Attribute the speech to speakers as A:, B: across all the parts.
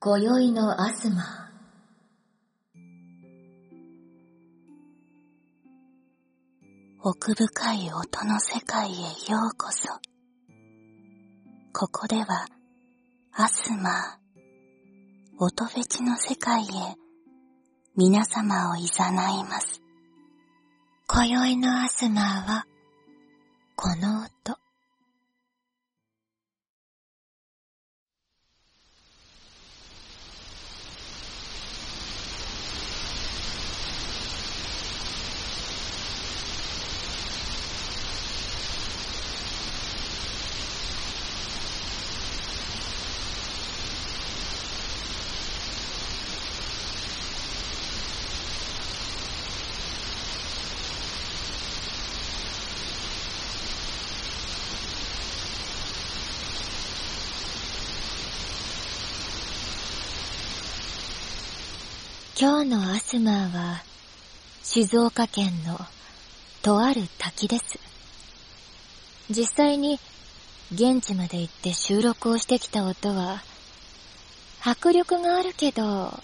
A: 今宵のアスマ
B: 奥深い音の世界へようこそ。ここでは、アスマー、音フェチの世界へ、皆様を誘います。
A: 今宵のアスマーは、この音。今日のアスマーは、静岡県のとある滝です。実際に現地まで行って収録をしてきた音は、迫力があるけど、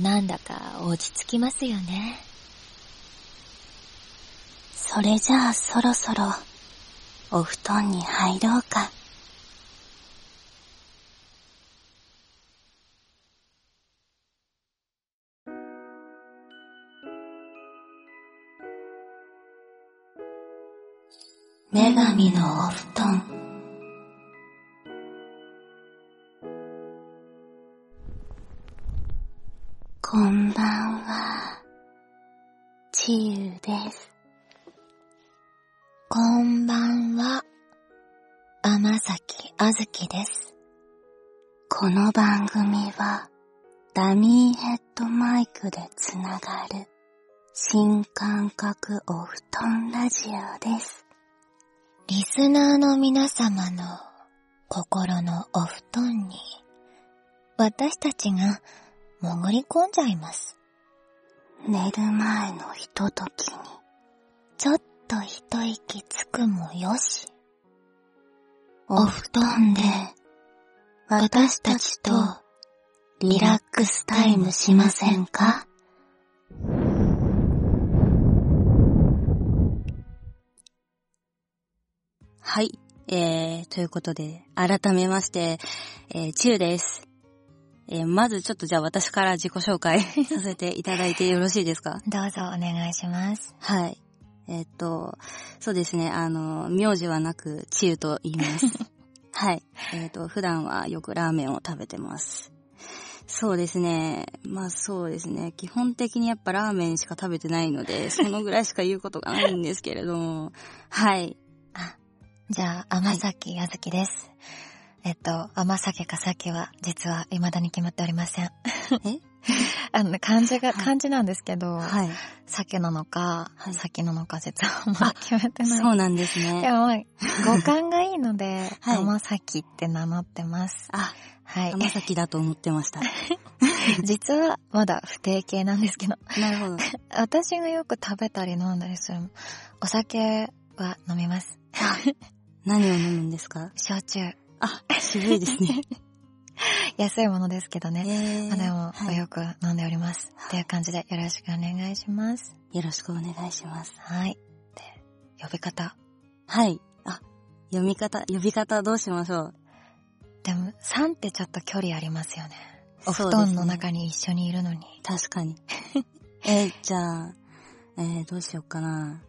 A: なんだか落ち着きますよね。
B: それじゃあそろそろ、お布団に入ろうか。女神のお布団。こんばんは。ちゆです。
A: こんばんは、天崎あずきです。
B: この番組はダミーヘッドマイクでつながる新感覚お布団ラジオです。
A: リスナーの皆様の心のお布団に、私たちが潜り込んじゃいます。
B: 寝る前のひとときに
A: ちょっと一息つくもよし。
B: お布団で私たちとリラックスタイムしませんかはい、えー、ということで、改めまして、えー、ちゅうです。えー、まずちょっとじゃあ私から自己紹介 させていただいてよろしいですか
A: どうぞお願いします。
B: はい。えーっと、そうですね、あの、名字はなく、チゆと言い ます。はい。えーっと、普段はよくラーメンを食べてます。そうですね。まあそうですね。基本的にやっぱラーメンしか食べてないの で、そのぐらいしか言うことがないんですけれども、はい。
A: じゃあ、天崎あずきです。えっと、天崎かさきは実は未だに決まっておりません。
B: え
A: あの、漢字が、
B: はい
A: 漢字なんですけど、
B: はい。
A: 鮭なのか、
B: はい
A: 鮭なのか実はまだ決めてない。
B: そうなんです
A: で
B: ね。
A: もまあ、 五感がいいので、
B: はい
A: 天崎って名乗ってます。
B: あ、
A: はい。
B: 甘崎だと思ってました。
A: 実はまだ不定形なんですけど、
B: なるほど。
A: 私がよく食べたり飲んだりする、お酒は飲みます。
B: 何を飲むんですか
A: 焼酎。
B: あ、渋いですね。
A: 安いものですけど
B: え
A: ね。
B: ー
A: まあでも、
B: はい
A: よく飲んでおります。っていう感じでよろしくお願いします。
B: よろしくお願いします。
A: はい。で、呼び方。
B: はい。あ、読み方、呼び方どうしましょう。
A: でも、3ってちょっと距離ありますよね。お布
B: そうで
A: 団
B: す
A: の
B: ね
A: 中に一緒にいるのに。
B: 確か に。えーじゃあ、えーどうしようかな。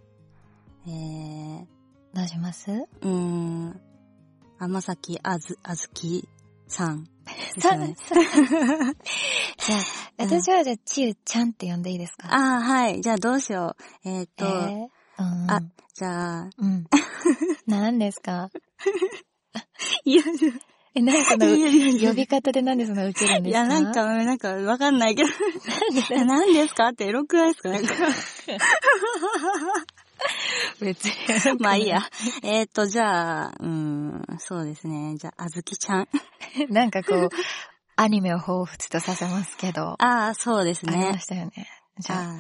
B: えー、
A: どうし ます
B: うーん、甘崎あず、あずきさん。ですよ
A: 三
B: ね。
A: 三じゃあ、私はじゃあ、ちゆちゃんって呼んでいいですかあ、
B: ああ、はい。じゃあどうしよう。えーっと、
A: えーうん。
B: あじゃあ、
A: うん。何ですか
B: いや、
A: え、なんかの、
B: いやいやいや
A: 呼び方で何でそんな受けるんで
B: い
A: すか
B: や、なんか、なんか、わかんないけど。い や何ですかってエロくないです かなんか。
A: 別に。
B: まあいいや。えーっと、じゃあ、うーん、そうですね。じゃあ、あずきちゃん。
A: なんかこう、アニメを彷彿とさせますけど、
B: ああ、そうです
A: あり
B: ね
A: ま。したよね。じゃあ、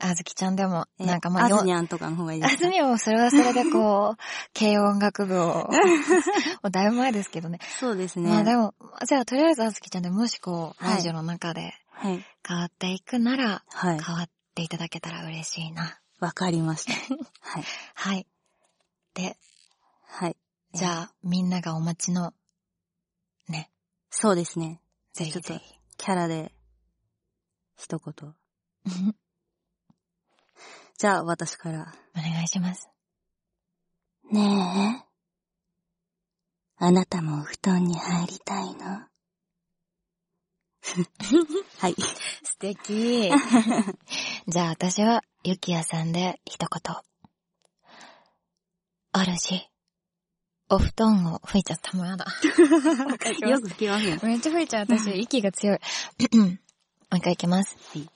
B: あ
A: あずきちゃんでも、
B: え
A: なんかまあ、
B: あずにゃんとかの方がいいで
A: あ
B: す
A: ず
B: か。
A: みもそれはそれでこう、 軽音楽 部を、もうだいぶ前ですけどね。
B: そうですね。
A: まあでも、じゃあとりあえずあずきちゃんでもしこう、
B: はい
A: ラジオの中で
B: はい。
A: 変わっていくなら、
B: はい。
A: 変わっていただけたら嬉しいな。
B: わかりました。はい。
A: はい。で、
B: はい。
A: じゃあ、みんながお待ちの、ね、
B: そうですね。
A: ぜひ
B: ちょっと
A: ぜひ。
B: キャラで、一言。じゃあ、私から。
A: お願いします。
B: ねえ。あなたもお布団に入りたいの はい。
A: 素敵。 じゃあ私は、ゆきやさんで一言。あるし、お布団を吹いちゃったもんやだ。
B: よく聞きますね。
A: めっちゃ吹いちゃう私、息が強い。もう一回いきます。
B: はい。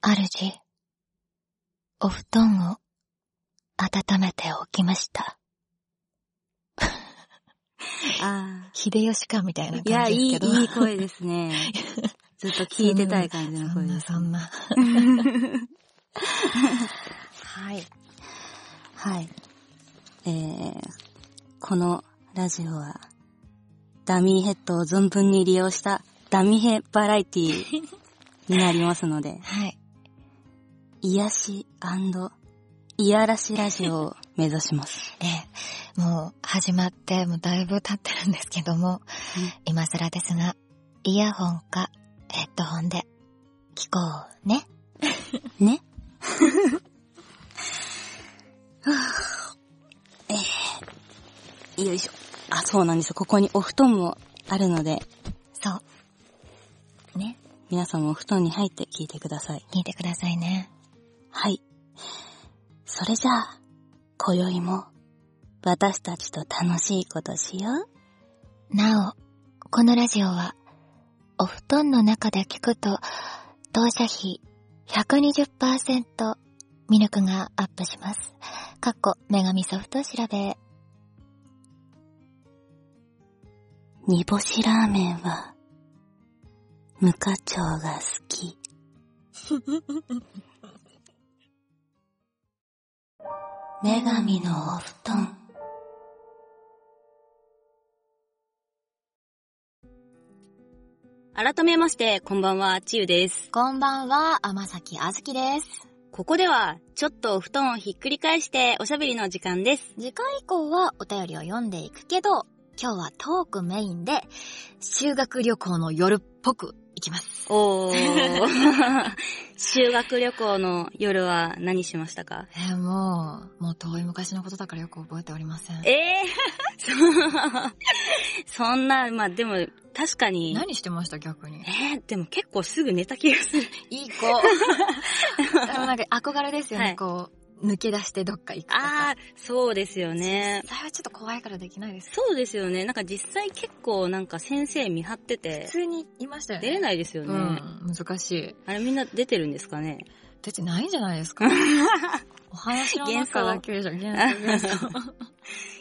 A: あるじ、お布団を温めておきました。
B: あ
A: 秀吉かみたいな
B: あ。いや、
A: 感じで
B: いい、
A: すけど。
B: いい声ですね。 ずっと聞いてたい感じの
A: そ
B: 声
A: ん
B: で
A: な、
B: す。
A: そんな。 はい。、
B: はい。えー、このラジオは、ダミーヘッドを存分に利用したダミヘバラエティ ーになりますので
A: はい。
B: 癒しいやらしラジオを目指します。
A: ええ、もう始まってもうだいぶ経ってるんですけども、今更ですが、イヤホンかヘッドホンで聞こうね。
B: ね。えー、よいしょ。あ、そうなんですよ。ここにお布団もあるので、
A: そう。ね。
B: 皆さんもお布団に入って聞いてください。
A: 聞いてくださいね。
B: はい。それじゃあ、今宵も、私たちと楽しいことしよう。
A: なお、このラジオは、お布団の中で聞くと、当社費120%魅力がアップします。かっこ、女神ソフト調べ。
B: 煮干しラーメンは、無課長が好 き。女神のお布団。改めまして、こんばんは、ちゆです。
A: こんばんは、天崎あずきです。
B: ここでは、ちょっとお布団をひっくり返しておしゃべりの時間です。
A: 次回以降はお便りを読んでいくけど、今日はトークメインで、修学旅行の夜っぽくいきます。
B: おー。 修学旅行の夜は何しましたか
A: えーもう、もう遠い昔のことだからよく覚えておりません。
B: ええー、 そそんな、まあでも、確かに。
A: 何してました逆に。
B: えー、でも結構すぐ寝た気が する。
A: いい子。でもなんか憧れですよね、
B: はい
A: こう、抜け出してどっか行くとか。
B: ああ、そうですよね。
A: それはちょっと怖いからできないです。
B: そうですよね。なんか実際結構なんか先生見張って
A: 普
B: て、
A: 通にいましたよね。
B: 出れ
A: い
B: ないですよね。
A: うん、難しい。
B: あれみんな出てるんですかね
A: 出てないじゃない ですか。お話の中だけでしょ、幻想。幻想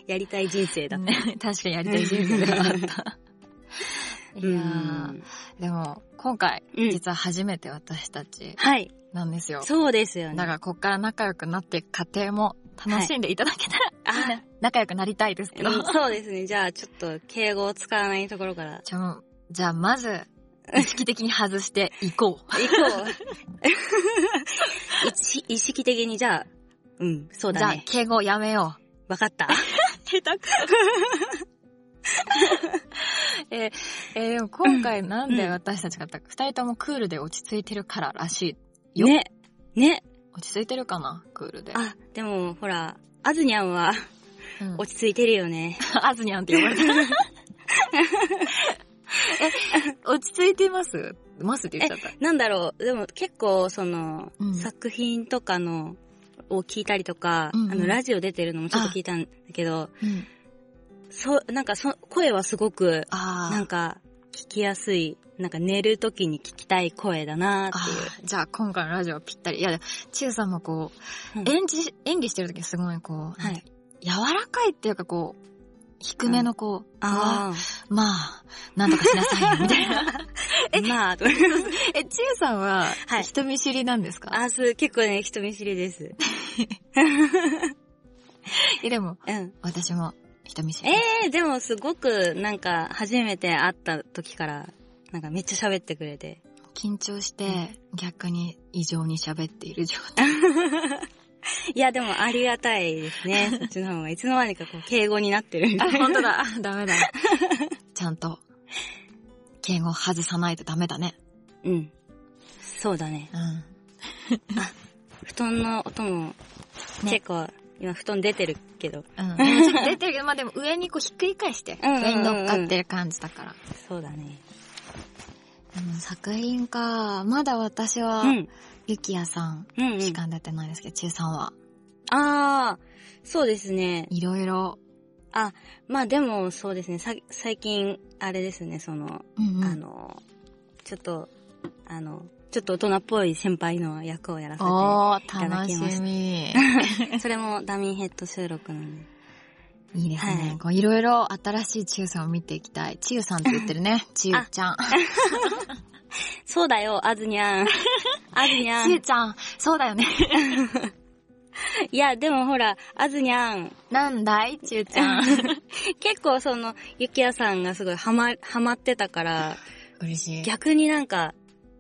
B: やりたい人生だった。
A: ね、 確かにやりたい人生ではあった。いや
B: う
A: ー、
B: ん
A: でも、今回、
B: うん
A: 実は初めて私たち
B: はい。
A: なんですよ。
B: そうですよね。
A: だから、こっから仲良くなっていく過程も楽しんでいただけたら、
B: あ ー
A: 仲良くなりたいですけど。
B: うんそうですね。じゃあ、ちょっと敬語を使わないところから。
A: じゃあ、じゃあまず、意識的に外していこう。
B: 行こ う。意識意識的に、じゃあ、うん、そう
A: じゃ
B: だ
A: あ
B: ね、。
A: 敬語やめよ
B: わか った。
A: う。 えーえーでも今回なんで私たちがったか、二人ともクールで落ち着いてるかららしいよ。
B: ね。ね。
A: 落ち着いてるかなクールで。
B: あ、でも、ほら、あずにゃんは
A: うん
B: 落ち着いてるよね。
A: あずにゃんって呼ばれてる。え、落ち着いてますますって言っちゃった。
B: なんだろう、でも結構、その、
A: うん
B: 作品とかの、を聞いたりとか、
A: うんうん
B: あの、ラジオ出てるのもちょっと聞いたんだけど、
A: うん、
B: そう、なんかそ、声はすごく、
A: あー
B: なんか、聞きやすい、なんか寝るときに聞きたい声だなー
A: あ
B: っていう。
A: ーじゃあ今回のラジオはぴったり。いや、でもちゆさんもこう、
B: うん
A: 演じ、演技してる時すごいこう、
B: はい。
A: 柔らかいっていうかこう、低めのこう、
B: ああ。
A: まあ、なんとかしなさいよ、みたいな。
B: え、まあ、
A: え、ちゆさんは
B: はい、
A: 人見知りなんですか、
B: あ、そう、結構ね、人見知りです。
A: え、でも、
B: うん。
A: 私も人見知り。
B: えー、でもすごく、なんか、初めて会った時から、なんかめっちゃ喋ってくれて。
A: 緊張して、逆に異常に喋っている状態。
B: いや、でもありがたいで すね。そっちの方が。いつの間にかこう、敬語になってるみた
A: あ、
B: いな。
A: 本当だ。 ダメだ。ちゃんと、敬語外さないとダメだね。
B: うん。そうだね。
A: うん。
B: 布団の音も、
A: ね
B: 結構、今布団出てるけど。
A: うん。でもちょっと出てるけど、まあでも上にこうひっくり返して、
B: うんうんうん
A: 上に乗っかってる感じだから。
B: そうだね。
A: うん作品か。まだ私は、
B: うん。
A: ゆきやさん
B: うん、う
A: し
B: ん。
A: か出てないですけど、ちゆさんは、
B: あー、そうですね。
A: いろいろ、
B: あ、まあでも、そうですね。さ、最近、あれですね、その、
A: うんうん
B: あの、ちょっと、あの、ちょっと大人っぽい先輩の役をやらせ
A: お
B: いた
A: ー、
B: だ
A: 楽
B: き
A: し
B: ました
A: み。
B: て、それもダミーヘッド収録なんで。
A: いいですね。
B: はい
A: い、こういろいろ新しいちゆさんを見ていきたい。ちゆさんって言ってるね。ちゆちゃん。
B: そうだよ、あずに ゃん。あずにゃ
A: ちゆ
B: ん。
A: ちゃん、 そうだよね。
B: いや、でもほら、あずにゃん。
A: なんだいちゆちゃん。
B: 結構その、ゆきやさんがすごいハマ、ハマってたから、
A: 嬉しい。
B: 逆になんか、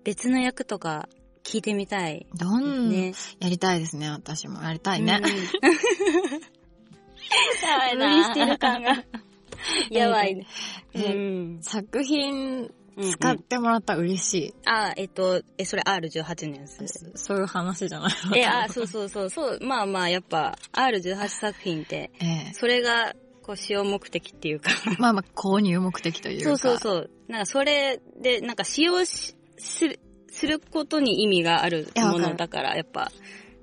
B: 別の役とか聞いてみたい。
A: どん、
B: ね。
A: やりたいですね、私も。やりたいね
B: うん。
A: ダ
B: 無理してる感が。 やばいね。
A: え
B: ん。
A: 作品
B: うん
A: 使っ
B: うん
A: てもらったら嬉しい。
B: あ、えっと、え、それ R18 のやつ。
A: そそういう話じゃない
B: え、あ、そうそうそう、そう、まあまあ、やっぱ、R18 作品って、
A: ええ
B: それが、こう、使用目的っていうか、
A: まあまあ、購入目的というか。
B: そうそうそう、なんか、それで、なんか、使用し、する、することに意味がある
A: いやわ
B: も
A: か
B: の
A: る
B: だから、やっぱ、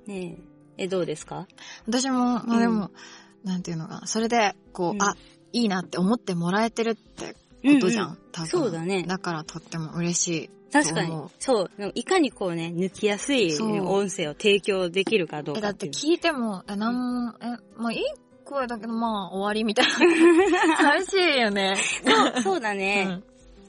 B: ねえ、え、どうですか
A: 私も、まあでも、なんていうのかな、それで、こう、
B: うん
A: あ、いいなって思ってもらえてるって
B: うんう
A: ことじゃん、
B: ん。
A: 多分。
B: そうだね
A: だからとっても嬉しい。
B: 確かに
A: と思う。
B: そう。でもいかにこうね、抜きやすい
A: そう
B: 音声を提供できるかどう
A: え、
B: か
A: だ
B: っ
A: ってて
B: いう。
A: 聞いても、え、なんも、え、まあいい声だけど、まあ終わりみたい な。寂しいよね。
B: そうそうだね。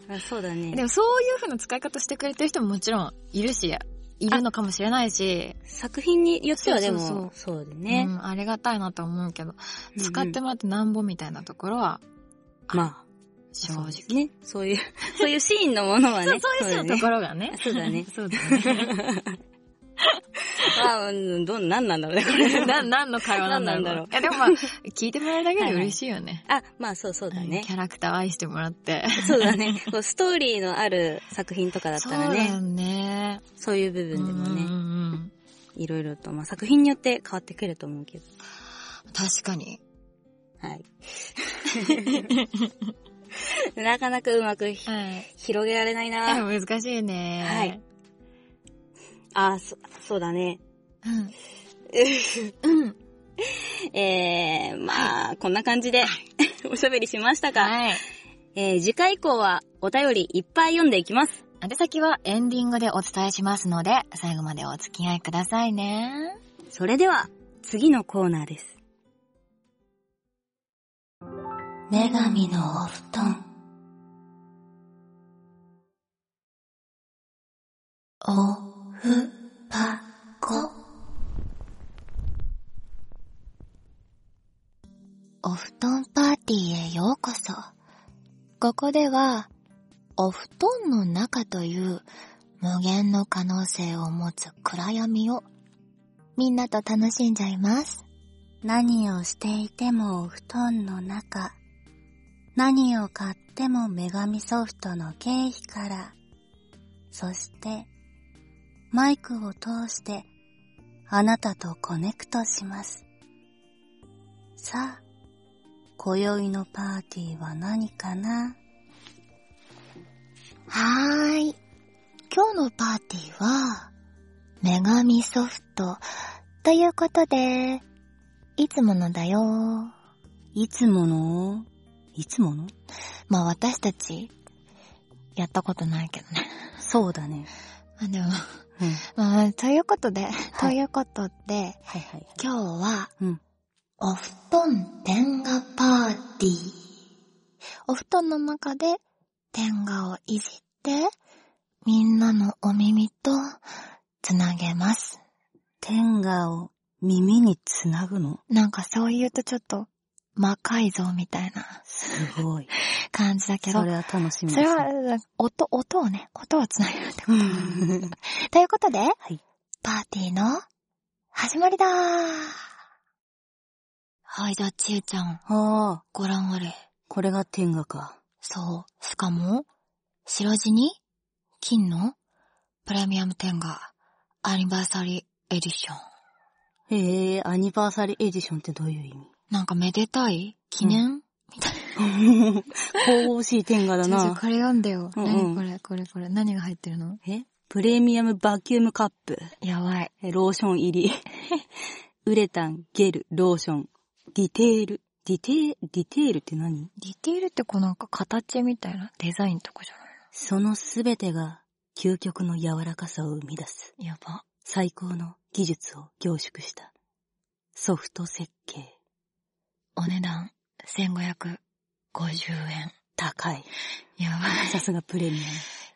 B: あそうだ
A: うんで
B: ね。
A: もそういう風な使い方してくれてる人ももちろんいるし、いるのかもしれないし、
B: 作品によってはでも、
A: そ
B: そう
A: う
B: だね
A: う。ん、ありがたいなと思うけど、
B: うんうん
A: 使ってもらってなんぼみたいなところは、
B: まあ。
A: 正
B: そう
A: 直。
B: ですね。そういう、そういうシーンのものは ね。
A: そういう人のところがね。
B: そうだね
A: そうだね。
B: ろ。あ、うんどん、なんなんだろうね、こ れ。
A: な、何の会話なんだろう。
B: 何なんだろう
A: いや、でもまあ、聞いてもらえるだけで嬉しいよね。
B: あ、まあそうそうだね
A: キ。ャラクターを愛してもらって。
B: そうだね。こうストーリーのある作品とかだったら
A: そうだよ
B: ね、
A: ね。
B: そういう部分でも
A: うんう
B: ね、
A: んうん
B: いろいろと、まあ作品によって変わってくると思うけど。
A: 確かに。
B: はい。なかなかうまくひ
A: はい。
B: 広げられない
A: で
B: な
A: も難しいね。
B: はい。あ、そ、そうだね。
A: うん。
B: えー、まあ、こんな感じで、 おしゃべりしましたが、
A: はい。
B: えー次回以降はお便りいっぱい読んでいきます。
A: 宛先はエンディングでお伝えしますので、最後までお付き合いくださいね。
B: それでは、次のコーナーです。
C: 女神のお布団。おふぱこ。お布団パーティーへようこそ。ここでは、お布団の中という無限の可能性を持つ暗闇をみんなと楽しんじゃいます。
D: 何をしていてもお布団の中。何を買っても女神ソフトの経費から。そして、マイクを通して、あなたとコネクトします。さあ、今宵のパーティーは何かな
C: はーい。今日のパーティーは、女神ソフト。ということで、いつものだよ。
D: いつものいつもの
C: まあ私たち、やったことないけど ね。
D: そうだね。
C: あ、でも、
D: うん。
C: まあ、ということで、ということで、
D: はいはい。
C: 今日は、
D: うん
C: お布団天下パーティー。お布団の中で天下をいじって、
A: みんなのお耳とつなげます。
B: 天下を耳につなぐの
A: なんかそう言うとちょっと魔改造みたいな
B: すごい。
A: 感じだけど、
B: そ
A: それ
B: れは楽しみです、
A: は音、音をね、音をつなげるってこと。
B: うん
A: ということで、
B: い
A: パーティーの始まりだーはい、じゃあちえちゃん、
B: ああ、
A: ご覧あれ。
B: これが天下か。
A: そう。しかも、白地に、金の、プレミアム天が、アニバーサリーエディション。
B: へえ、アニバーサリーエディションってどういう意
A: なんかめでたい記念、
B: 味神々しい天下だ
A: ちょちょ
B: な。
A: これ読んでよ。
B: うんう
A: 何
B: ん
A: これ、これ、これ。何が入ってるの
B: えプレミアムバキュームカップ。
A: やばい。
B: えローション 入り。ウレタン、ゲル、ローション。ディテール。ディテール、ディテールって何
A: ディテールってこうなんか形みたいなデザインとかじゃな
B: そのすべてが究極の柔らかさを生み出す。
A: いやば。
B: 最高の技術を凝縮した。ソフト設計。
A: お値段、1550円。
B: 高い。
A: やば
B: さすがプレミアム。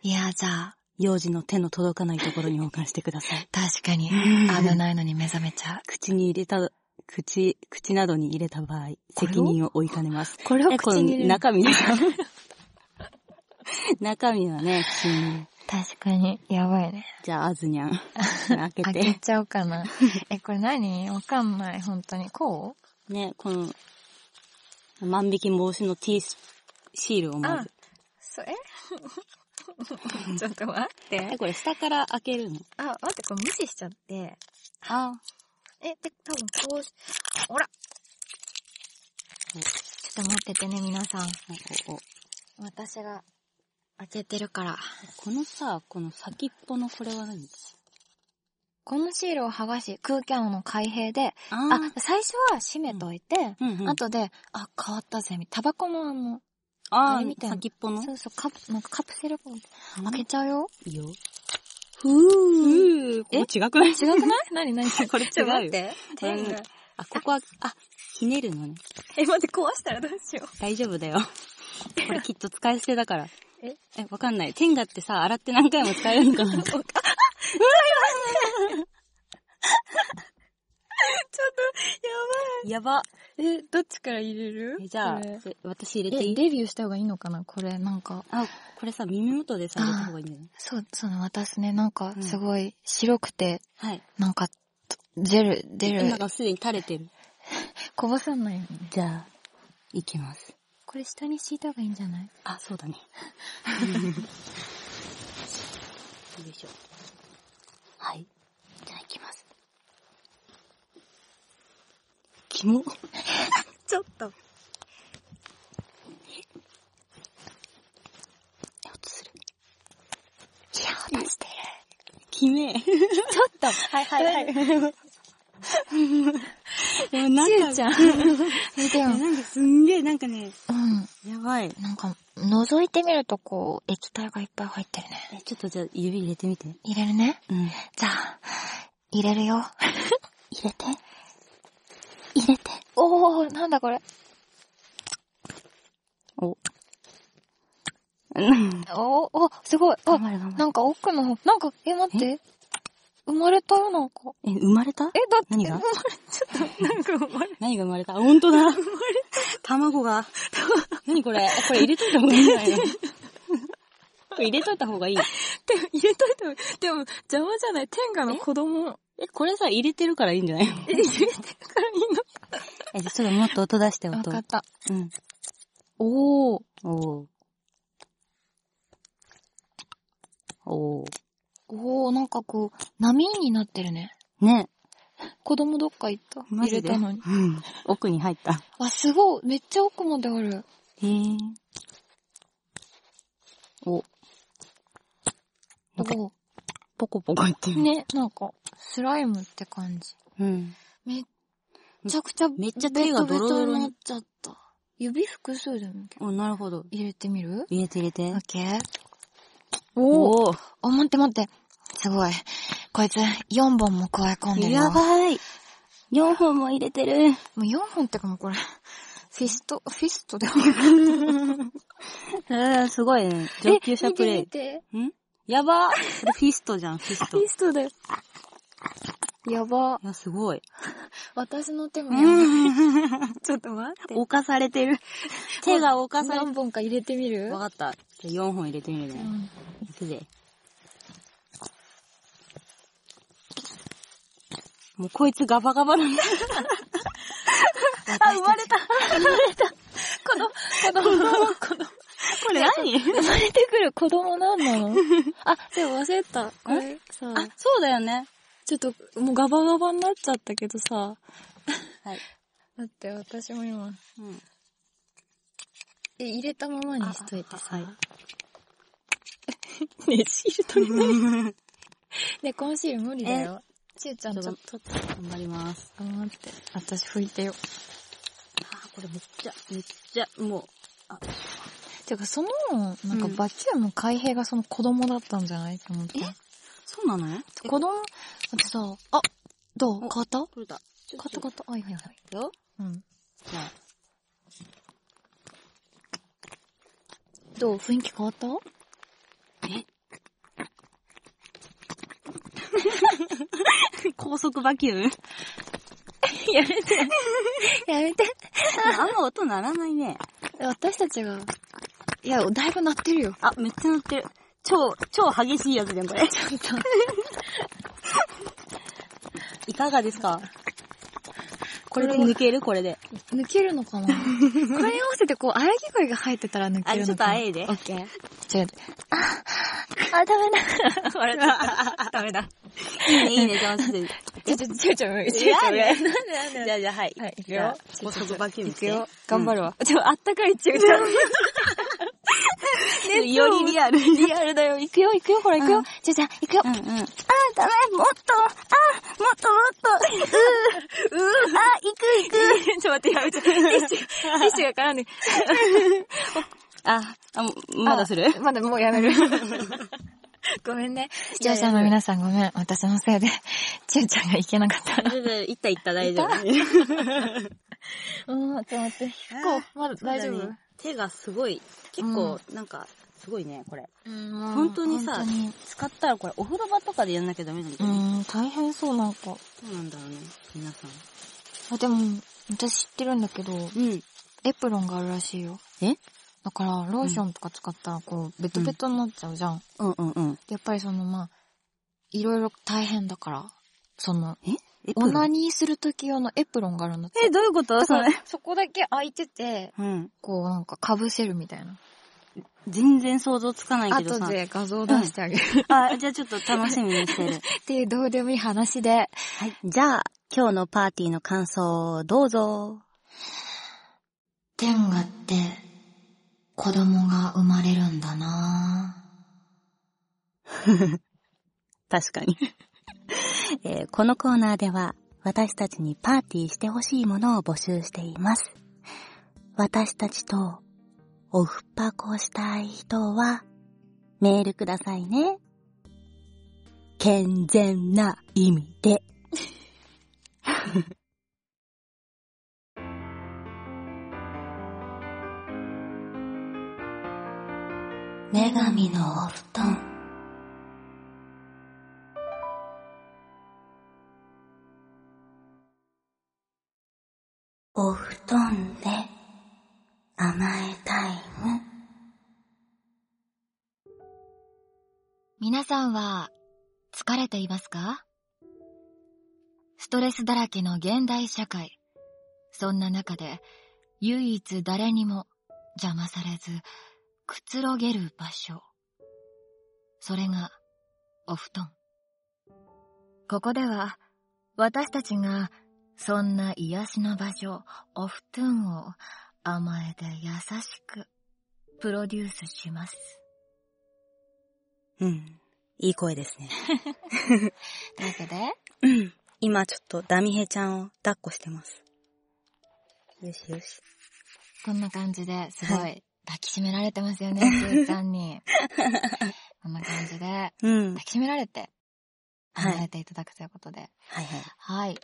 A: い。いや、じゃあ、。
B: 幼児の手の届かないところに保管してください
A: 確かに、危ないのに目覚めちゃう。
B: 口に入れた、口、口などに入れた場合、
A: これを
B: 責任を負いかねます。
A: これ
B: え、この 中身は中身はね、口に。
A: 確かに、やばいね。
B: じゃあ、あずにゃん。 開け
A: 開け
B: て。
A: ちゃおうか な。え、これ何わかんない、本当に。こ
B: ね、この、万引き防止の T シールをまず。
E: そ れちょっと待って
B: え、。これ下から開けるの。
E: あ、待って、これ無視しちゃって。
B: あ
E: え、で、多分こうし、ほら
A: うちょっと待っててね、皆さん。
B: おお
A: 私が開けてるから。
B: このさ、この先っぽのこれは何
A: このシールを剥がし、空気穴の開閉で、
B: あ
A: あ、最初は閉めといて、
B: ー、うんうん、
A: 後で、あ、変わったぜ、みタバコのあの、
B: あ
A: あれみたい
B: ー、
A: な
B: 先っぽの
A: そうそう、カプ、なんかカプセルコン
B: うん
A: 開けちゃうよ。
B: いいよ。ふぅー。
A: え
B: これ違くない
A: 違くない 何何
B: これ違
E: ちょ、待っ
B: うよ。
E: て。
B: うん
E: 天が。
B: あ、ここは、あ、ひねるのね。
E: え、待って、壊したらどうしよう。
B: 大丈夫 だよ。これきっと使い捨てだから。
E: え
B: え、わかんない。天下ってさ、洗って何回も使えるのか なやば。
E: え、どっちから入れる
B: えじゃあ
E: これ、
B: え私入れてい
A: え、
B: い
A: レビューした方がいいのかなこれ、なんか。
B: あ、これさ、耳元でさ、入れた方がいいんじゃない
A: そう、その私ね、なんか
B: う、ん
A: すごい、白くて、
B: はい。
A: なんか、ジェル、出る
B: 今、がすでに垂れてる。
A: こぼさないよね。
B: じゃあ、いきます。
A: これ下に敷いた方がいいんじゃない
B: あ、そうだね。よいしょ。はい。じゃあ、いきます。キモ。
E: ちょっと。
B: え、音する。
A: いや、私してる。
B: キメ。ちょっと。はいはいはい。でもなんか、
A: ちゃん。見てよ。
B: なんかすんげえ、なんかね、
A: うん。
B: やばい。
A: なんか、覗いてみるとこう、液体がいっぱい入ってるね。
B: え、ちょっとじゃあ指入れてみて。
A: 入れるね。
B: うん。
A: じゃあ、入れる よ。入れて。入れて。おー、なんだこれ。
B: お。
A: おー、お、すごい。あ、
B: 張れ頑
A: なんか奥の方、なんか、え、待って。生まれたよ、なんか。
B: え、生まれた
A: え、だって。
B: 何が
A: 生まれちょっと、なんか生まれ
B: 何が生まれたあ本当だ。卵が。何これこれ入れといた方がいいんじゃないのこれ入れといた方がいい。
E: でも入れといても、でも邪魔じゃない。天下の子供。
B: え、これさ、入れてるからいいんじゃないの
E: え、入れてからいいの
B: え、ちょっともっと音出して、
A: わ
B: 音。
A: かった。
B: うん。
A: おー。
B: おー。おー。
A: おー、なんかこう、波になってるね。
B: ね。
A: 子供どっか行った。
B: マ
A: 入
B: ジ
A: れ
B: で
A: たのに。
B: うん。奥に入った。へ
A: あ、すごい。めっちゃ奥まである。
B: ー。お。なんか、
A: お
B: ポコポコいって
A: ー
B: る。
A: ね、なんか、スライムって感じ。
B: うん。
A: めっちゃくちゃ、
B: めっちゃ手がドロド
A: ベトベト
B: ロ
A: になっ
B: に。
A: ちゃった。指複数でもいける
B: お、なるほど。
A: 入れてみる
B: 入れて入れ
A: オッ。
B: て
A: ケー。ー。
B: おー。
A: あ、待って待って。すごい。こいつ、4本も加え込んでるわ
B: やばい。4本も入れてる。
A: もう4本ってかもうこれ、フィスト、フィストで。
B: えー、すごいね。上級者プレイ。
A: て
B: んやばこれフィストじゃん、フィスト。い
A: ストだよ。やば。
B: や、すごい。
A: 私の手も やばい。
B: うん。
A: ちょっと待って。
B: 犯されてる。手が犯されて
A: 何本か入れてみ
B: る。
A: る
B: わかった。じゃあ4本入れてみるね。
A: うん
B: いくぜ。もうこいつガバガバなんだ。あ、生まれた。
A: この、この、この、
B: これ何
A: 生まれてくる子供なんなのあ、でも忘れた。これさ、
B: あ、そうだよね。
A: ちょっと、もうガバガバになっちゃったけどさ。
B: はい。
A: だって私も今、
B: うん。
A: え、入れたままにしといてさ。
B: はい。
A: ね、シール取れない。ね、コンシール無理だよ。ちゆちゃん
B: ち
A: ち
B: ょ
A: ょ
B: っ
A: っ
B: と
A: と
B: 取って頑張ります。
A: 頑張って。私拭いてよ。
B: あ、これめっちゃ、めっちゃ、もう。
A: てか、その、なんか、
B: うん
A: バキューム開閉がその子供だったんじゃないと思って。
B: そうなのね
A: 子供、だってさ、あ、どう変わった変わ
B: 取れた。変
A: った変わった。はいはいはい。
B: たよ。
A: うん。
B: じゃあ、
A: どう雰囲気変わった
B: 高速バキューム
A: やめて。
B: あんま音鳴らないね。
A: 私たちが、いや、だいぶ鳴ってる よ。
B: あ、めっちゃ鳴ってる。超、超激しいやつじゃん、これ。 いかがですかこれで抜けるこれで。
A: 抜けるの かなこれに合わせてこう、荒木声が入ってたら抜けるのかな。
B: あちょっと喘いで
A: オッケー。ちょっと。あ、あ、ダメだ。
B: 笑っちゃ った。ダメだ。いいね、いいね、邪魔 してる。
A: ちょ、ちょ、ちゅちゃん無理。ちゅ
B: なんで
A: なんでなんで
B: じゃあ、じゃあ、はい。
A: はい、いく
B: じゃあ
A: よ。
B: 高速バキューム
A: い
B: し
A: く
B: て。
A: よ。頑張るわ。ちょ、あったかいちゅう ちゃん。
B: よりリアル。うん
A: リアルだよ。いくよ、いくよ、ほら、いくよ。ちゅうちゃん、い くよ。
B: うん。あ、
F: ダメもっとあもっともっとううあ行く行く
A: ちょ、待って、やめて。ティッシュ、ティッシュが絡んで。
B: あ、あまだする
A: あ まだもうやめる。 ごめんね。視聴者の皆さんごめん。私のせいで、ちゅうちゃんがいけなかった。
B: いったいった、大丈夫。
A: うん、ちょっと待って。
B: こ
A: う、まだ大丈夫
B: 手がすごい、結構、なんか、すごいね、これ。
A: うん
B: 本当にさ、使ったらこれ、お風呂場とかでやんなきゃダメなんだ
A: う
B: よね。
A: ん、大変そうなんか。
B: そうなんだろうね、皆さん。
A: あ、でも、私知ってるんだけど、
B: うん。
A: エプロンがあるらしいよ。
B: え
A: だから、ローションとか使ったら、こう、ベトベトになっちゃうじゃん。
B: うんうんうん。
A: やっぱりその、まあ、いろいろ大変だから、その、
B: え
A: オナニーする時用のエプロンがあるんだって。
B: え、どういうことそれ。
A: そこだけ開いてて、
B: うん。
A: こうなんか被せるみたいな。
B: 全然想像つかないけど
A: 後
B: さ。
A: で画像出してあげる。
B: あ、じゃあちょっと楽しみにして る。
A: っていうどうでもいい話で。
B: はい。じゃあ、今日のパーティーの感想をどうぞ。
G: 天下って、子供が生まれるんだな
B: 確かに、 えーこのコーナーでは私たちにパーティーしてほしいものを募集しています。私たちとオフパコしたい人はメールくださいね。健全な意味で。
G: 女神のお布団。
F: お布団で甘えたいム
G: 皆さんは疲れていますかストレスだらけの現代社会。そんな中で唯一誰にも邪魔されずくつろげる場所。それがお布団。ここでは私たちがそんな癒しの場所、お布団を甘えて優しくプロデュースします。
B: うん。いい声ですね。
G: というわけで、
B: 今ちょっとダミヘちゃんを抱っこしてます。よしよし。
G: こんな感じですご
B: はい
G: 抱きしめられてます よね、スーちゃんに。こんな感じで
B: うん。はい
G: 抱きしめられて、
B: はい
G: 離れていただくということで。
B: はい。
G: はい。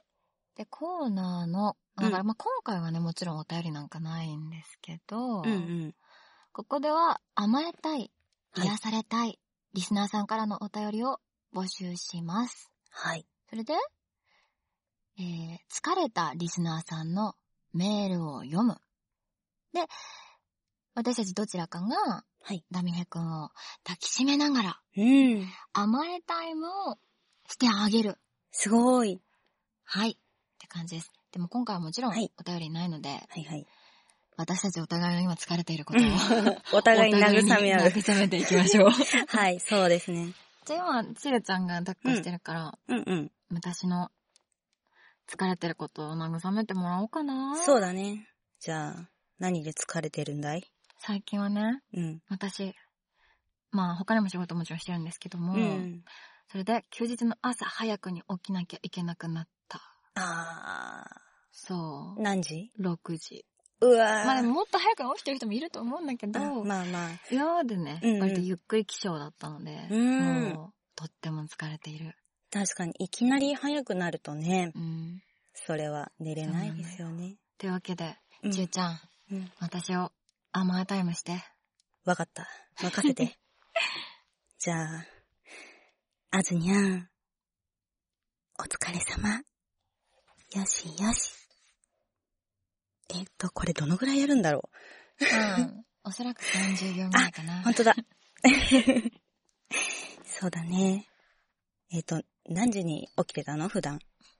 G: で、コーナーの、だから
B: う
G: まあ今回はね、もちろんお便りなんかないんですけど、
B: うんうん。
G: ここでは甘えたい、
B: はい
G: 癒されたい、
A: リスナーさんからのお便りを募集します。
B: はい。
A: それで、えー、疲れたリスナーさんのメールを読む。で、私たちどちらかが、
B: はい
A: ダミヘ君を抱きしめながら
B: うん。
A: 甘えタイムをしてあげる。
B: すごい。
A: はい。って感じです。でも今回はもちろん
B: はい
A: お便りないので、
B: はいはい。
A: 私たちお互いの今疲れていることを、
B: お互いに慰め合
A: お
B: う
A: 互い。に慰めていきましょう。
B: はい、そうですね。
A: じゃあ今、ちえちゃんが抱っこしてるから、
B: うんうん。
A: 私の疲れてることを慰めてもらおうかな。
B: そうだね。じゃあ、何で疲れてるんだい
A: 最近はね、
B: うん。
A: 私、まあ他にも仕事もちろんしてるんですけども、
B: うん。
A: それで休日の朝早くに起きなきゃいけなくなった。
B: あ
A: そ
B: ー、何時
A: う。6時。
B: うわー。
A: まあでももっと早く起きてる人もいると思うんだけど、
B: あまあまあ。
A: 今までね、
B: うんうん
A: 割とゆっくり起床だったので、
B: うん
A: もう、とっても疲れている。
B: 確かに、いきなり早くなるとね、
A: うん。
B: それは寝れないですよね。
A: というわけで、
B: うん
A: ちゅうちゃん、
B: うん。
A: 私を甘えタイム して。
B: わかった。任せ て。じゃあ、あずにゃん、お疲れ様。よしよし。えっと、これどのぐらいやるんだろ
A: うん。おそらく30秒ぐらいか
B: う
A: な
B: ほん。 とだ。そうだね。えっと、何時に起きてたの普段。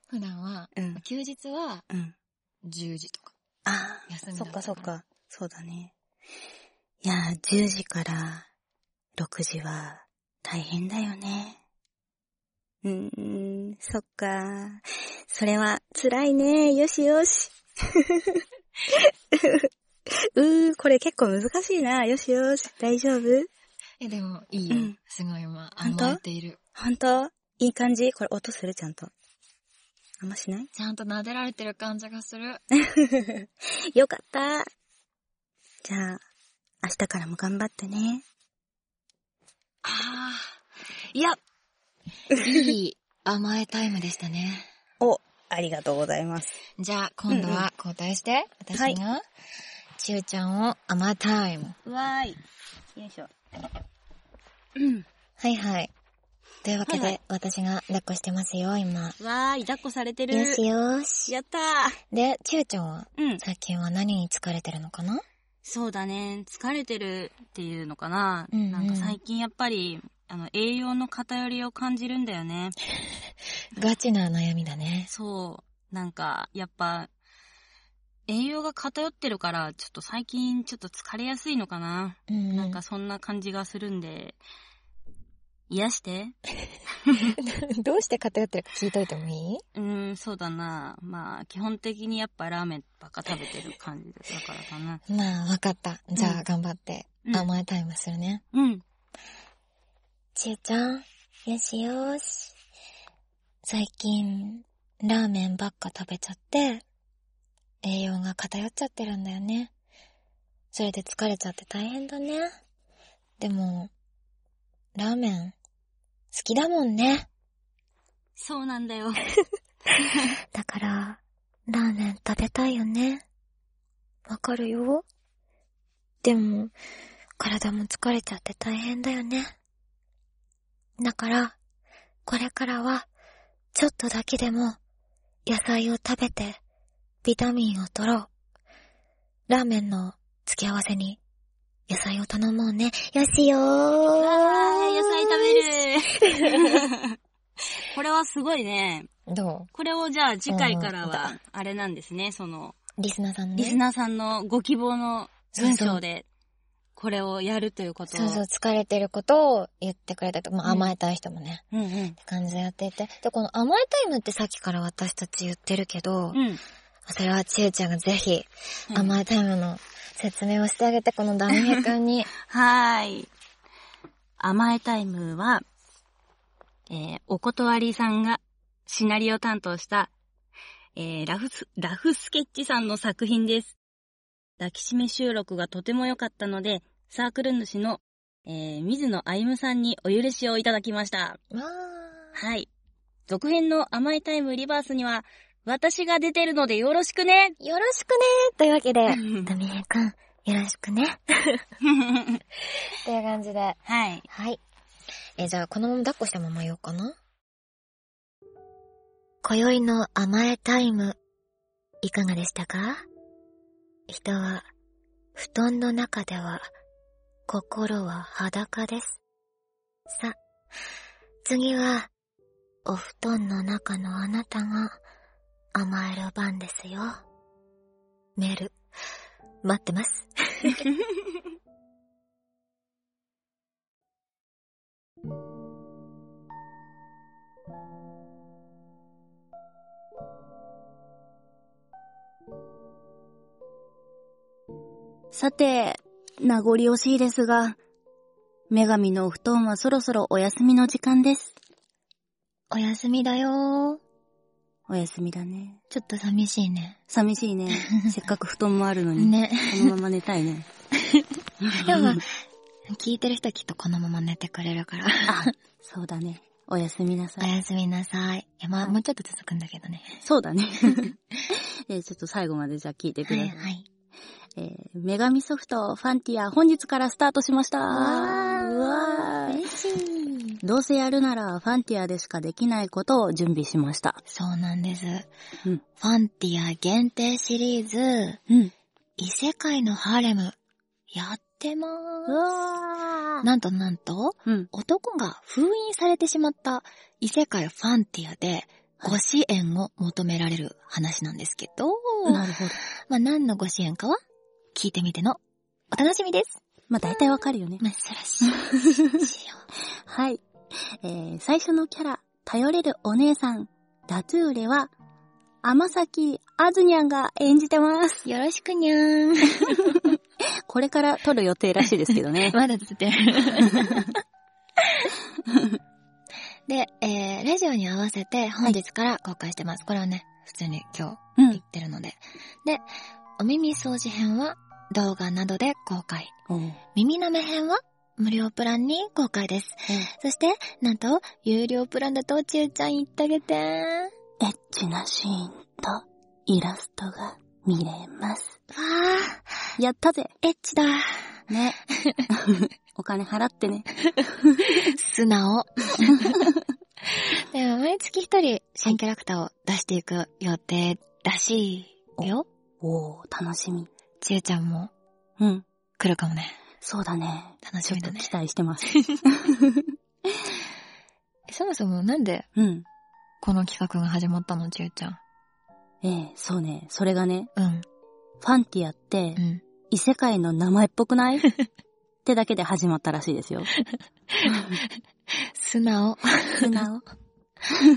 A: 普段は、
B: うん。
A: 休日は
B: うん。
A: 10時とか。
B: ああ、
A: 休み
B: そ
A: だったか
B: っからそっか。そうだね。いやー、10時から6時は大変だよね。うーん、そっか。それは辛いね。よしよし。 うー、これ結構難しいな。よしよし。大丈夫
A: え、でも、いいよ。
B: うん
A: すごい今、
B: 本当
A: 甘えている。
B: ほんといい感じこれ音するちゃんと。あんましない
A: ちゃんと撫でられてる感じがする。
B: よかった。じゃあ、明日からも頑張ってね。
A: ああ。いや、いい甘えタイムでしたね。
B: お、ありがとうございます。
A: じゃあ、今度は交代して、私
B: はい
A: が、ちゅうちゃんを甘えタイム。
B: わーい。よいしょ。
A: はいはい。というわけで、
B: はいは
A: 私が抱っこしてますよ、今。よ
B: わーい、抱っこされてる。
A: しよーし。
B: やった
A: で、ちゅうちゃんは、
B: ー。うん。
A: 最近は何に疲れてるのかな
B: そうだね。疲れてるっていうのかな。
A: うんうん
B: なんか最近やっぱり、あの、栄養の偏りを感じるんだよね。
A: ガチな悩みだね。
B: そう。なんか、やっぱ、栄養が偏ってるから、ちょっと最近ちょっと疲れやすいのかな。
A: うん。
B: なんか、そんな感じがするんで、癒して。
A: どうして偏ってるか聞いといてもいいう
B: ーん、そうだな。まあ、基本的にやっぱラーメンばっか食べてる感じだからかな。
A: まあ、わかった。じ ゃあ、頑張って、
B: うん
A: 甘えタイムするね。
B: うん。
A: ちゅうちゃん、よしよーし。最近、ラーメンばっか食べちゃって、栄養が偏っちゃってるんだよね。それで疲れちゃって大変だね。でも、ラーメン、好きだもんね。
B: そうなんだよ。
A: だから、ラーメン食べたいよね。わかるよ。でも、体も疲れちゃって大変だよね。だから、これからは、ちょっとだけでも、野菜を食べて、ビタミンを取ろう。ラーメンの付け合わせに、野菜を頼もうね。よしよー
B: 野菜食べる。 これはすごいね。
A: ど
B: これをじゃあ次回からは、あれなんですね、その、
A: うリスナーさん
B: リスナーさんのご希望の文章で、これをやるということを。
A: う、疲れてることを言ってくれたと、ま
B: あ甘
A: えたい人もね。
B: うんうん。
A: って感じでやっていて。で、この甘えタイムってさっきから私たち言ってるけど、
B: うん。
A: それはちえちゃんがぜひ
B: うん
A: 甘えタイムの説明をしてあげて、このダミヘ君 に。
B: はーい。甘えタイムは、えーお断りさんがシナリオ担当した、えーラフス、ラフスケッチさんの作品です。抱きしめ収録がとても良かったので、サークル主の、えー水野歩さんにお許しをいただきました。
A: わー
B: はい。続編の甘えタイムリバースには、私が出てるのでよろし くね
A: よろしくねーというわけで、ダミヘ君、よろしくね。っていう感じで。
B: はい。
A: はい。
H: え、じゃあこのまま抱っこしたまま言おうかな。
A: 今宵の甘えタイム、いかがでしたか人は、布団の中では、心は裸です。さ、次は、お布団の中のあなたが、甘える番ですよ。メール、待ってます。
B: さて、名残惜しいですが、女神のお布団はそろそろお休みの時間です。
A: お休みだよー。
B: お休みだね。
A: ちょっと寂しいね。
B: 寂しい ね。せっかく布団もあるのに。
A: ね。
B: このまま寝たい ね。
A: で も、聞いてる人はきっとこのまま寝てくれるから。
B: あ、そうだね。おやすみなさ
A: お
B: い。
A: やすみなさい。いや、まあ、もうちょっと続くんだけどね。
B: そう だね。えーちょっと最後までじゃあ聞いてください。
A: はい。
B: えー女神ソフトファンティア本日からスタートしました。うわー
A: 嬉しい。
B: どうせやるならファンティアでしかできないことを準備しました。
A: そうなんです。
B: うん
A: ファンティア限定シリーズ、
B: うん。
A: 異世界のハーレム、やってま
B: うわ
A: ーす。なんとなんと、
B: ーうん。
A: 男が封印されてしまった異世界ファンティアで、ご支援を求められる話なんですけど、
B: なるほど。
A: まあ何のご支援かは、聞いてみての、お楽しみです。
B: まあ大体わかるよね。
A: まあ、そらしい。しよ
B: はい。えー最初のキャラ、頼れるお姉さん、ダトゥーレは、天崎あずにゃんが演じてます。
A: う。よろしくにゃーん。。
B: これから撮る予定らしいですけどね
A: まだつってる。 で、えー、ラジオに合わせて本日から公開してます。これはね、普通に今
B: う
A: 日言っ。てるので。で、お耳掃除編は動画などで公開。耳なめ編は無料プランに公開です。そして、なんと、有料プランだとちゅうちゃん言ってあげて。
B: エッチなシーンとイラストが見れます。
A: わー、
B: やったぜ
A: エッチだ。
B: ね。 お金払ってね。
A: 素 直。でも毎月一人新キャラクターを出していく予定らしいよ。
B: おー、楽しみ。
A: ちえちゃんも
B: うん。
A: 来るかもね。
B: そうだね。
A: 楽し
B: ちょ
A: み
B: っ
A: だ
B: と
A: ね。
B: 期待して ます。
A: そもそもなんで
B: うん。
A: この企画が始まったの、ちえちゃん。
B: ええそうね。それがね、
A: うん、
B: ファンティアって
A: う、ん。
B: 異世界の名前っぽく ないってだけで始まったらしいですよ。
A: 素 直。
B: 素直。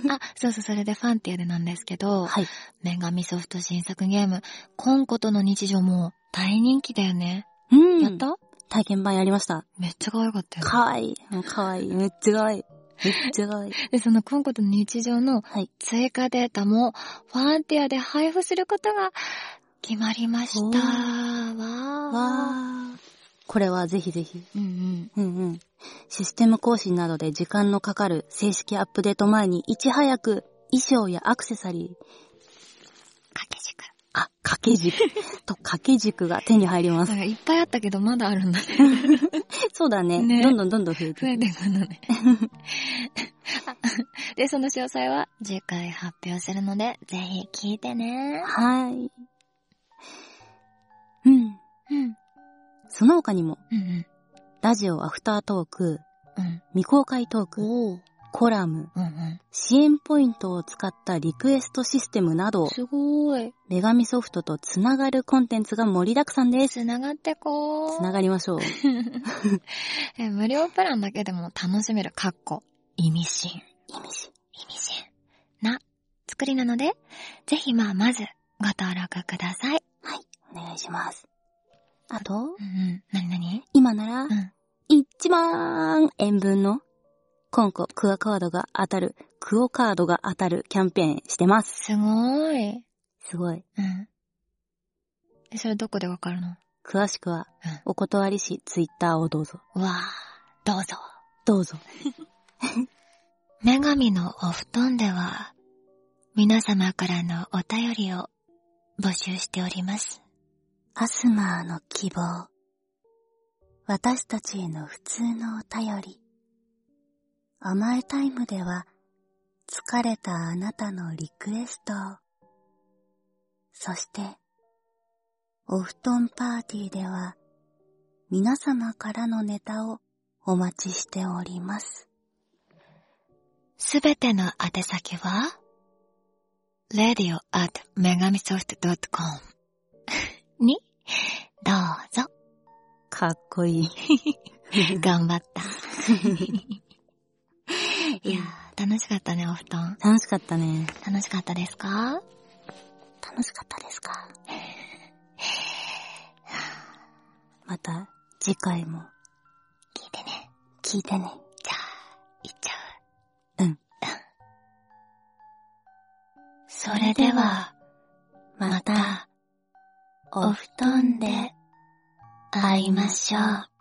A: あ、そうそう、それでファンティアでなんですけど、
B: はい。
A: 女神ソフト新作ゲーム、コンコとの日常も大人気だよね。
B: うん。
A: やった
B: 体験版やりました。
A: めっちゃ可愛かったよね、
B: かわいい。もうかわいい。めっちゃかわいい。めっちゃかわいい。
A: で、そのコンコとの日常の
B: はい
A: 追加データも、ファンティアで配布することが決まりました。
B: お
A: わー。
B: わー。これはぜひぜひ。
A: うんうん。
B: うんうん。システム更新などで時間のかかる正式アップデート前にいち早く衣装やアクセサリー、
A: 掛け軸。
B: あ、掛け 軸と掛け軸が手に入りま
A: だ
B: す
A: か。らいっぱいあったけど、まだあるん だね。
B: そうだね。
A: ね
B: どんどんどんどん増え
A: 増
B: て
A: え
B: いく。
A: てくんだね。 あで、その詳細は次回発表するので、ぜひ聞いてね。
B: はい。うん。
A: うん。
B: その他にも、
A: うん
B: ラジオアフタートーク、
A: うん。うん。
B: 未公開トーク、
A: おー。
B: コラム、
A: うんうん。
B: 支援ポイントを使ったリクエストシステムなど、
A: すごーい。
B: 女神ソフトとつながるコンテンツが盛りだくさんです。
A: つながってこ
B: つ
A: ー。
B: ながりま しょう。
A: え無料プランだけでも楽しめる、かっこ、意味深。
B: 意味し。
A: 意味深な作りなので、ぜひまあ、まず、ご登録ください。
B: お願いします。あと、
A: うんうん。なになに
B: 今なら
A: うん、
B: 1万円分の、コンコクアカードが当たる、クオカードが当たるキャンペーンしてます。
A: すごーい。
B: すごい。
A: うん。え、それどこでわかるの
B: 詳しくは
A: うん、
B: お断りし、ツイッターをどうぞ。
A: わあ、どうぞ。
B: どうぞ。
A: 女神のお布団では、皆様からのお便りを募集しております。
B: アスマーの希望。私たちへの普通のお便り。甘えタイムでは、疲れたあなたのリクエストを、そして、お布団パーティーでは、皆様からのネタをお待ちしております。
A: すべての宛先は radio at megamisoft.com に、どうぞ。
I: かっこいい。
A: 頑張った。 いやー、楽しかったね、お布団。
I: 楽しかったね。
A: 楽しかったですか
B: 楽しかったですか
I: また、次回も。
A: 聞いてね。
B: 聞いてね。
A: じゃあ、行っちゃ
I: う。うん。
A: それでは、また、お布団で会いましょう。